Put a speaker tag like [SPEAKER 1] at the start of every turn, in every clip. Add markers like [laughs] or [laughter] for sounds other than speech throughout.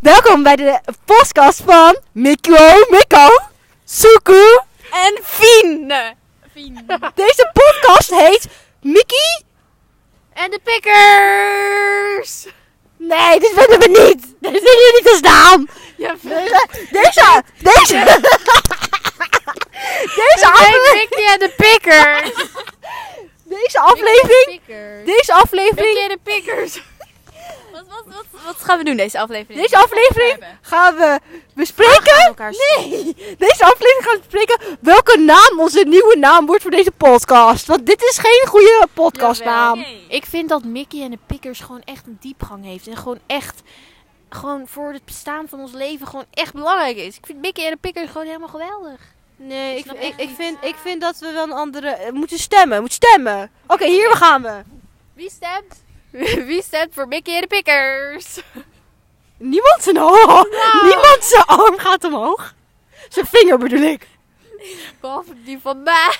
[SPEAKER 1] Welkom bij de podcast van Mikko, Mikko, Suku
[SPEAKER 2] En Fien. Fien.
[SPEAKER 1] Deze podcast heet Mickey?
[SPEAKER 2] [laughs] En de pikkers.
[SPEAKER 1] Nee, dit vinden we niet. Dit vinden we niet als naam.
[SPEAKER 2] Ja,
[SPEAKER 1] Deze, deze, deze. Deze, afle-
[SPEAKER 2] Mickey en de pikkers.
[SPEAKER 1] deze aflevering,
[SPEAKER 2] Pikkers.
[SPEAKER 1] deze aflevering,
[SPEAKER 2] en de pikkers. Wat, wat, wat, wat gaan we doen deze aflevering?
[SPEAKER 1] deze aflevering gaan we bespreken. Nee, deze aflevering gaan we bespreken welke naam onze nieuwe naam wordt voor deze podcast. Want dit is geen goede podcastnaam.
[SPEAKER 3] Ik vind dat Mickey en de Pikkers gewoon echt een diepgang heeft. En gewoon echt, gewoon voor het bestaan van ons leven gewoon echt belangrijk is. Ik vind Mickey en de Pikkers gewoon helemaal geweldig.
[SPEAKER 1] Nee, ik,
[SPEAKER 3] snap
[SPEAKER 1] ik,
[SPEAKER 3] echt
[SPEAKER 1] ik,
[SPEAKER 3] niet.
[SPEAKER 1] vind, ik vind dat we wel een andere... eh, moeten stemmen, moeten stemmen. Oké, hier we gaan we.
[SPEAKER 2] Wie stemt? [laughs] Wie stemt voor Mickey en de pikkers?
[SPEAKER 1] Niemand [laughs] zijn, oh, niemand zijn arm gaat omhoog. Zijn vinger bedoel ik.
[SPEAKER 2] Behalve die van mij.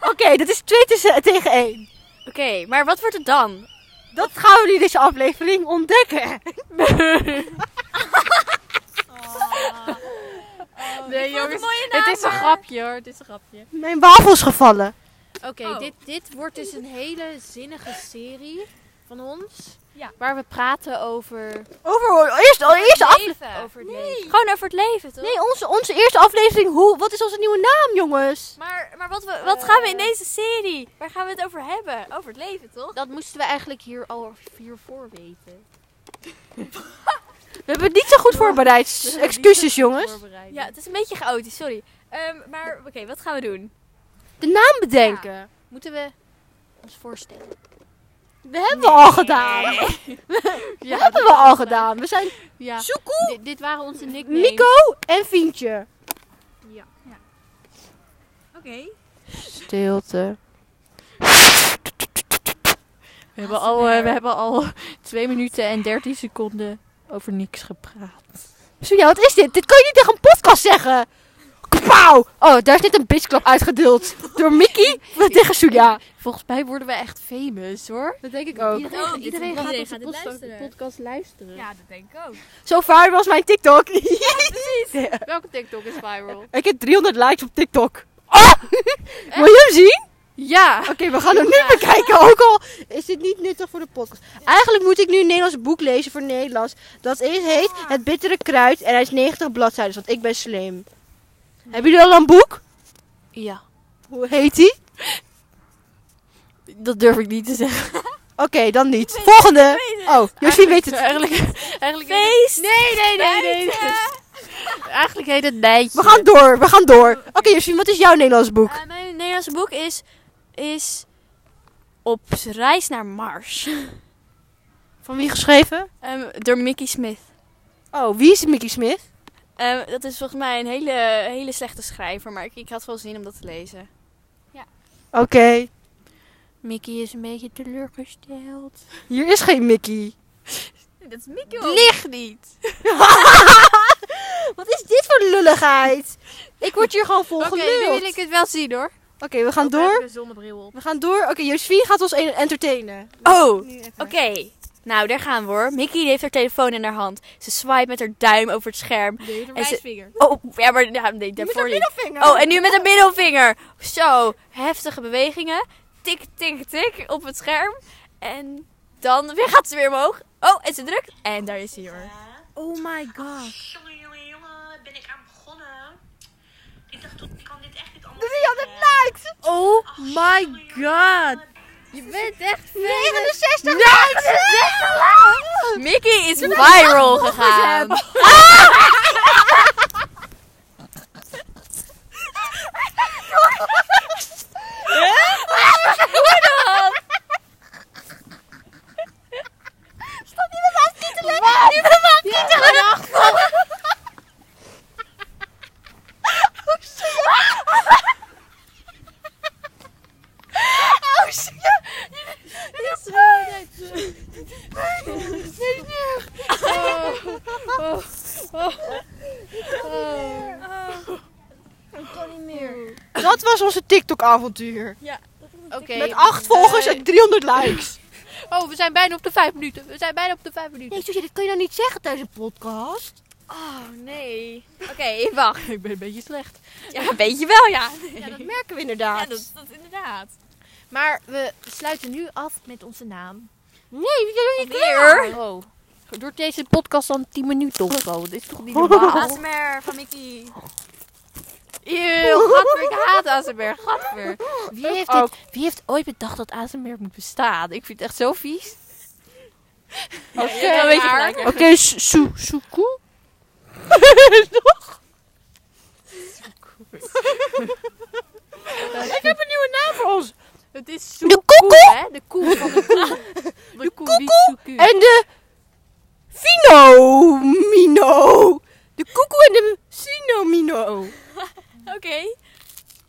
[SPEAKER 1] Oké, dat is 2 tussen, eh, tegen 1.
[SPEAKER 2] Oké, maar wat wordt het dan?
[SPEAKER 1] Dat gaan we in deze aflevering ontdekken.
[SPEAKER 2] Nee, jongens.
[SPEAKER 3] naam,
[SPEAKER 2] Het is een grapje hoor. Het is een grapje.
[SPEAKER 1] Mijn wafel is gevallen.
[SPEAKER 3] Oké,
[SPEAKER 2] Oh.
[SPEAKER 3] dit, dit wordt dus een hele zinnige serie van ons.
[SPEAKER 2] Ja.
[SPEAKER 3] Waar we praten over,
[SPEAKER 1] Over, oh, eerst, eerst af,
[SPEAKER 3] over het leven.
[SPEAKER 2] Gewoon over het leven, toch?
[SPEAKER 1] nee, onze, onze eerste aflevering. Hoe, wat is onze nieuwe naam, jongens?
[SPEAKER 2] Maar, maar wat, we- wat gaan we in deze serie? Waar gaan we het over hebben? Over het leven, toch?
[SPEAKER 3] Dat moesten we eigenlijk hier al hiervoor weten.
[SPEAKER 1] We hebben het niet zo goed voorbereid. Excuses, jongens.
[SPEAKER 3] Voorbereiden.
[SPEAKER 2] Ja, het is een beetje chaotisch, sorry. Ehm, maar oké, wat gaan we doen?
[SPEAKER 1] De naam bedenken.
[SPEAKER 3] Moeten we ons voorstellen?
[SPEAKER 1] We hebben we al gedaan.
[SPEAKER 3] [laughs] Ja,
[SPEAKER 1] hebben we al gedaan. We zijn
[SPEAKER 3] Ja.
[SPEAKER 1] Soekoe,
[SPEAKER 3] Dit, dit waren onze nicknames.
[SPEAKER 1] Nico en Fientje.
[SPEAKER 3] Ja.
[SPEAKER 2] Oké.
[SPEAKER 1] Stilte.
[SPEAKER 4] We hebben, al, eh, we hebben al [laughs] 2 minuten en 13 seconden over niks gepraat.
[SPEAKER 1] Sonja, wat is dit? Dit kan je niet tegen een podcast zeggen. Pauw! Oh, daar is net een bitchklap uitgedeeld. Door Mickey tegen Sonja.
[SPEAKER 4] Volgens mij worden we echt famous hoor.
[SPEAKER 1] Dat denk ik ook.
[SPEAKER 3] Iedereen,
[SPEAKER 2] Oh, dit-
[SPEAKER 3] iedereen
[SPEAKER 2] iedereen
[SPEAKER 3] gaat onze
[SPEAKER 2] gaat dit
[SPEAKER 3] podcast,
[SPEAKER 2] luisteren.
[SPEAKER 3] podcast luisteren.
[SPEAKER 2] Ja, dat denk ik ook.
[SPEAKER 1] Zo vaar was mijn TikTok. [laughs] Ja.
[SPEAKER 3] Welke TikTok is viral?
[SPEAKER 1] ik heb 300 likes op TikTok. Oh! Wil je hem zien?
[SPEAKER 4] Ja!
[SPEAKER 1] Oké, we gaan hem nu bekijken. Ook al is dit niet nuttig voor de podcast. Eigenlijk moet ik nu een Nederlands boek lezen voor Nederlands. Dat is, heet Het Bittere Kruid. En hij is 90 bladzijden, dus want ik ben slim. Hebben jullie al een boek?
[SPEAKER 4] Ja.
[SPEAKER 1] Hoe heet die?
[SPEAKER 4] Dat durf ik niet te zeggen.
[SPEAKER 1] Oké, dan niet. Volgende. Oh, Josje
[SPEAKER 2] [laughs]
[SPEAKER 1] weet het.
[SPEAKER 4] Eigenlijk,
[SPEAKER 3] [laughs]
[SPEAKER 4] eigenlijk,
[SPEAKER 2] Feest!
[SPEAKER 4] nee, nee, nee, nee.
[SPEAKER 3] [laughs]
[SPEAKER 4] eigenlijk heet het Nijtje.
[SPEAKER 1] We gaan door, we gaan door. Oké, Josje, wat is jouw Nederlands boek?
[SPEAKER 2] Eh, mijn Nederlandse boek is, is Op reis naar Mars.
[SPEAKER 1] Van wie geschreven?
[SPEAKER 2] Ehm, door Mickey Smith.
[SPEAKER 1] Oh, wie is Mickey Smith?
[SPEAKER 2] Ehm, dat is volgens mij een hele, hele slechte schrijver, maar ik, ik had wel zin om dat te lezen.
[SPEAKER 1] Oké,
[SPEAKER 3] Mickey is een beetje teleurgesteld.
[SPEAKER 1] hier is geen Mickey.
[SPEAKER 2] Dat is Mickey Ligt niet!
[SPEAKER 1] Wat is dit voor lulligheid? Ik word hier gewoon
[SPEAKER 2] Oké,
[SPEAKER 1] volgeluld.
[SPEAKER 2] nu
[SPEAKER 1] Oké,
[SPEAKER 2] wil ik het wel zien hoor.
[SPEAKER 1] we gaan door.
[SPEAKER 3] De zonnebril op.
[SPEAKER 1] We gaan door. Oké, Josephine gaat ons en- entertainen.
[SPEAKER 2] Oh!
[SPEAKER 1] Oké.
[SPEAKER 2] Oké, nou daar gaan we hoor. Mickey die heeft haar telefoon in haar hand. Ze swipe met haar duim over het scherm.
[SPEAKER 3] Nee, de
[SPEAKER 2] En ze-
[SPEAKER 3] wijsvinger.
[SPEAKER 2] Oh, ja, maar ja, nee, daarvoor niet.
[SPEAKER 1] middelvinger.
[SPEAKER 2] Oh, en nu met een middelvinger. Zo, heftige bewegingen. Tik, tik, tik op het scherm. En dan weer gaat ze weer omhoog. Oh, en ze drukt. En daar is hij hoor.
[SPEAKER 3] Oh my god.
[SPEAKER 5] Jongen, jongen, jongen, ben ik aan begonnen. Ik dacht, toen, ik kan dit echt niet anders.
[SPEAKER 1] Doe die altijd likes.
[SPEAKER 4] Oh my god!
[SPEAKER 2] Je bent echt
[SPEAKER 1] 69 likes. 69 likes.
[SPEAKER 2] Mickey is viral gegaan.
[SPEAKER 1] Oh, Dat was onze TikTok avontuur. Oh,
[SPEAKER 3] Oké.
[SPEAKER 1] Met 8 volgers en 300 likes.
[SPEAKER 3] Oh, we zijn bijna op de vijf minuten. We zijn bijna op de vijf minuten.
[SPEAKER 1] Nee, Susie, dat kun je nou niet zeggen tijdens een podcast.
[SPEAKER 2] Oh, nee. Oké, wacht.
[SPEAKER 4] Ik ben een beetje slecht.
[SPEAKER 2] Ja, een beetje wel, ja.
[SPEAKER 1] Ja, dat merken we inderdaad.
[SPEAKER 2] Ja, dat, dat inderdaad.
[SPEAKER 3] Maar we sluiten nu af met onze naam.
[SPEAKER 1] Nee, we doen niet
[SPEAKER 2] Weer.
[SPEAKER 3] Oh. Door deze podcast dan 10 minuten of zo. Dit is
[SPEAKER 4] [laughs]
[SPEAKER 3] toch niet normaal?
[SPEAKER 2] ASMR van Mickey. Eeuw, gadver, ik haat ASMR, gadver.
[SPEAKER 3] Wie heeft,
[SPEAKER 4] Ook.
[SPEAKER 3] dit, wie heeft ooit bedacht dat ASMR moet bestaan? Ik vind het echt zo vies.
[SPEAKER 2] Oké,
[SPEAKER 3] Ja, weet je gelijk. Oké, Su- Su-
[SPEAKER 1] [laughs]
[SPEAKER 3] Suku?
[SPEAKER 4] Het is
[SPEAKER 1] De koekoe
[SPEAKER 4] hè? De koe van de koe. De koe die zoeku.
[SPEAKER 1] en de Finomino. De koekoe en de Sinomino.
[SPEAKER 2] Oké.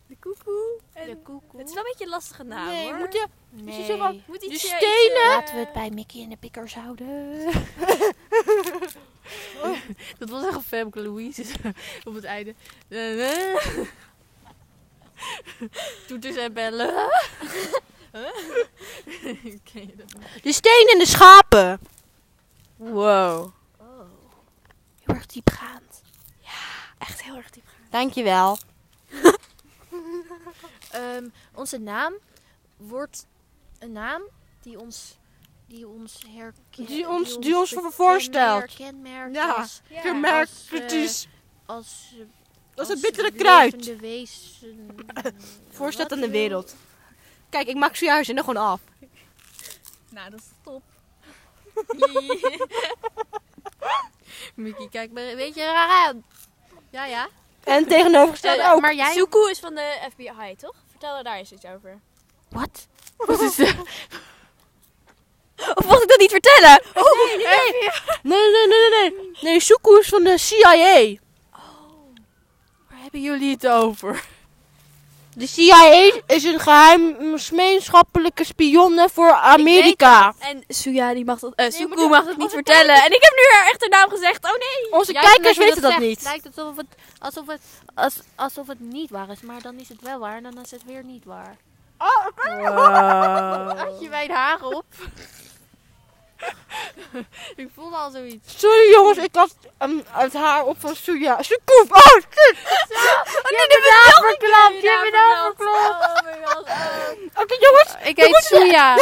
[SPEAKER 2] De koekoe. En
[SPEAKER 3] De koekoe.
[SPEAKER 2] Het is wel een beetje een lastige naam,
[SPEAKER 1] nee,
[SPEAKER 2] hoor.
[SPEAKER 1] moet je...
[SPEAKER 3] Nee.
[SPEAKER 1] zo van-
[SPEAKER 2] Moet
[SPEAKER 1] de
[SPEAKER 2] ietsje-
[SPEAKER 1] stenen-
[SPEAKER 2] ietsje, eh,
[SPEAKER 3] Laten we het bij Mickey en de Pikkers houden.
[SPEAKER 4] [laughs] Dat was echt een Femke Louise dus, [laughs] op het einde. Eh, eh. Toeters en bellen. Huh? Ken je dat?
[SPEAKER 1] De steen en de schapen.
[SPEAKER 4] Wow.
[SPEAKER 3] Heel erg diepgaand.
[SPEAKER 2] Echt heel erg diep gaan.
[SPEAKER 1] Dankjewel.
[SPEAKER 3] Ehm, onze naam wordt een naam die ons, die ons herkent.
[SPEAKER 1] Die ons- die ons voor- voorstelt.
[SPEAKER 3] Kenmerkt
[SPEAKER 1] Ja.
[SPEAKER 3] als,
[SPEAKER 2] Ja.
[SPEAKER 1] Gemerkt,
[SPEAKER 3] als, eh,
[SPEAKER 1] het is...
[SPEAKER 3] als, eh,
[SPEAKER 1] Dat is
[SPEAKER 3] als
[SPEAKER 1] een bittere
[SPEAKER 3] levende
[SPEAKER 1] kruid.
[SPEAKER 3] Wezen,
[SPEAKER 1] Voorstelt
[SPEAKER 3] Wat
[SPEAKER 1] aan de
[SPEAKER 3] wil-
[SPEAKER 1] wereld. Kijk, ik maak zojuist en dan gewoon af.
[SPEAKER 2] [laughs] Nou, dat is
[SPEAKER 3] [laughs]
[SPEAKER 2] top.
[SPEAKER 4] Mickey, kijk maar een beetje raar aan. Ja, ja.
[SPEAKER 1] En tegenovergestelde
[SPEAKER 2] Eh,
[SPEAKER 1] ook.
[SPEAKER 3] Maar jij...
[SPEAKER 2] Suku is van de FBI, toch? Vertel er daar eens iets over.
[SPEAKER 3] Wat?
[SPEAKER 4] Wat is dat?
[SPEAKER 2] Of mocht ik dat niet vertellen?
[SPEAKER 1] Nee, nee, nee, nee, nee. Nee, Suku is van de CIA.
[SPEAKER 4] Waar hebben jullie het over?
[SPEAKER 1] De CIA is een geheim gemeenschappelijke spionne voor Amerika.
[SPEAKER 2] En Suya, die mag dat, eh, Suku
[SPEAKER 1] maar dat-
[SPEAKER 2] mag het niet vertellen. En ik heb nu haar achternaam gezegd. Oh nee.
[SPEAKER 1] Onze
[SPEAKER 3] Juist
[SPEAKER 1] kijkers
[SPEAKER 3] omdat je
[SPEAKER 1] weten dat
[SPEAKER 3] zegt,
[SPEAKER 1] niet.
[SPEAKER 3] lijkt het alsof het, alsof, het, als, alsof het niet waar is, maar dan is het wel waar en dan is het weer niet waar.
[SPEAKER 1] Ah. Oh.
[SPEAKER 4] Had je mijn haar op?
[SPEAKER 1] [laughs]
[SPEAKER 4] ik voelde al zoiets.
[SPEAKER 1] Sorry jongens, ik had ehm, het haar op van Suya. Suku, oh shit! Je hebt mijn naam verklapt, je hebt mijn naam verklapt.
[SPEAKER 2] Oh my god.
[SPEAKER 1] Oké jongens,
[SPEAKER 4] Ik heet Suya.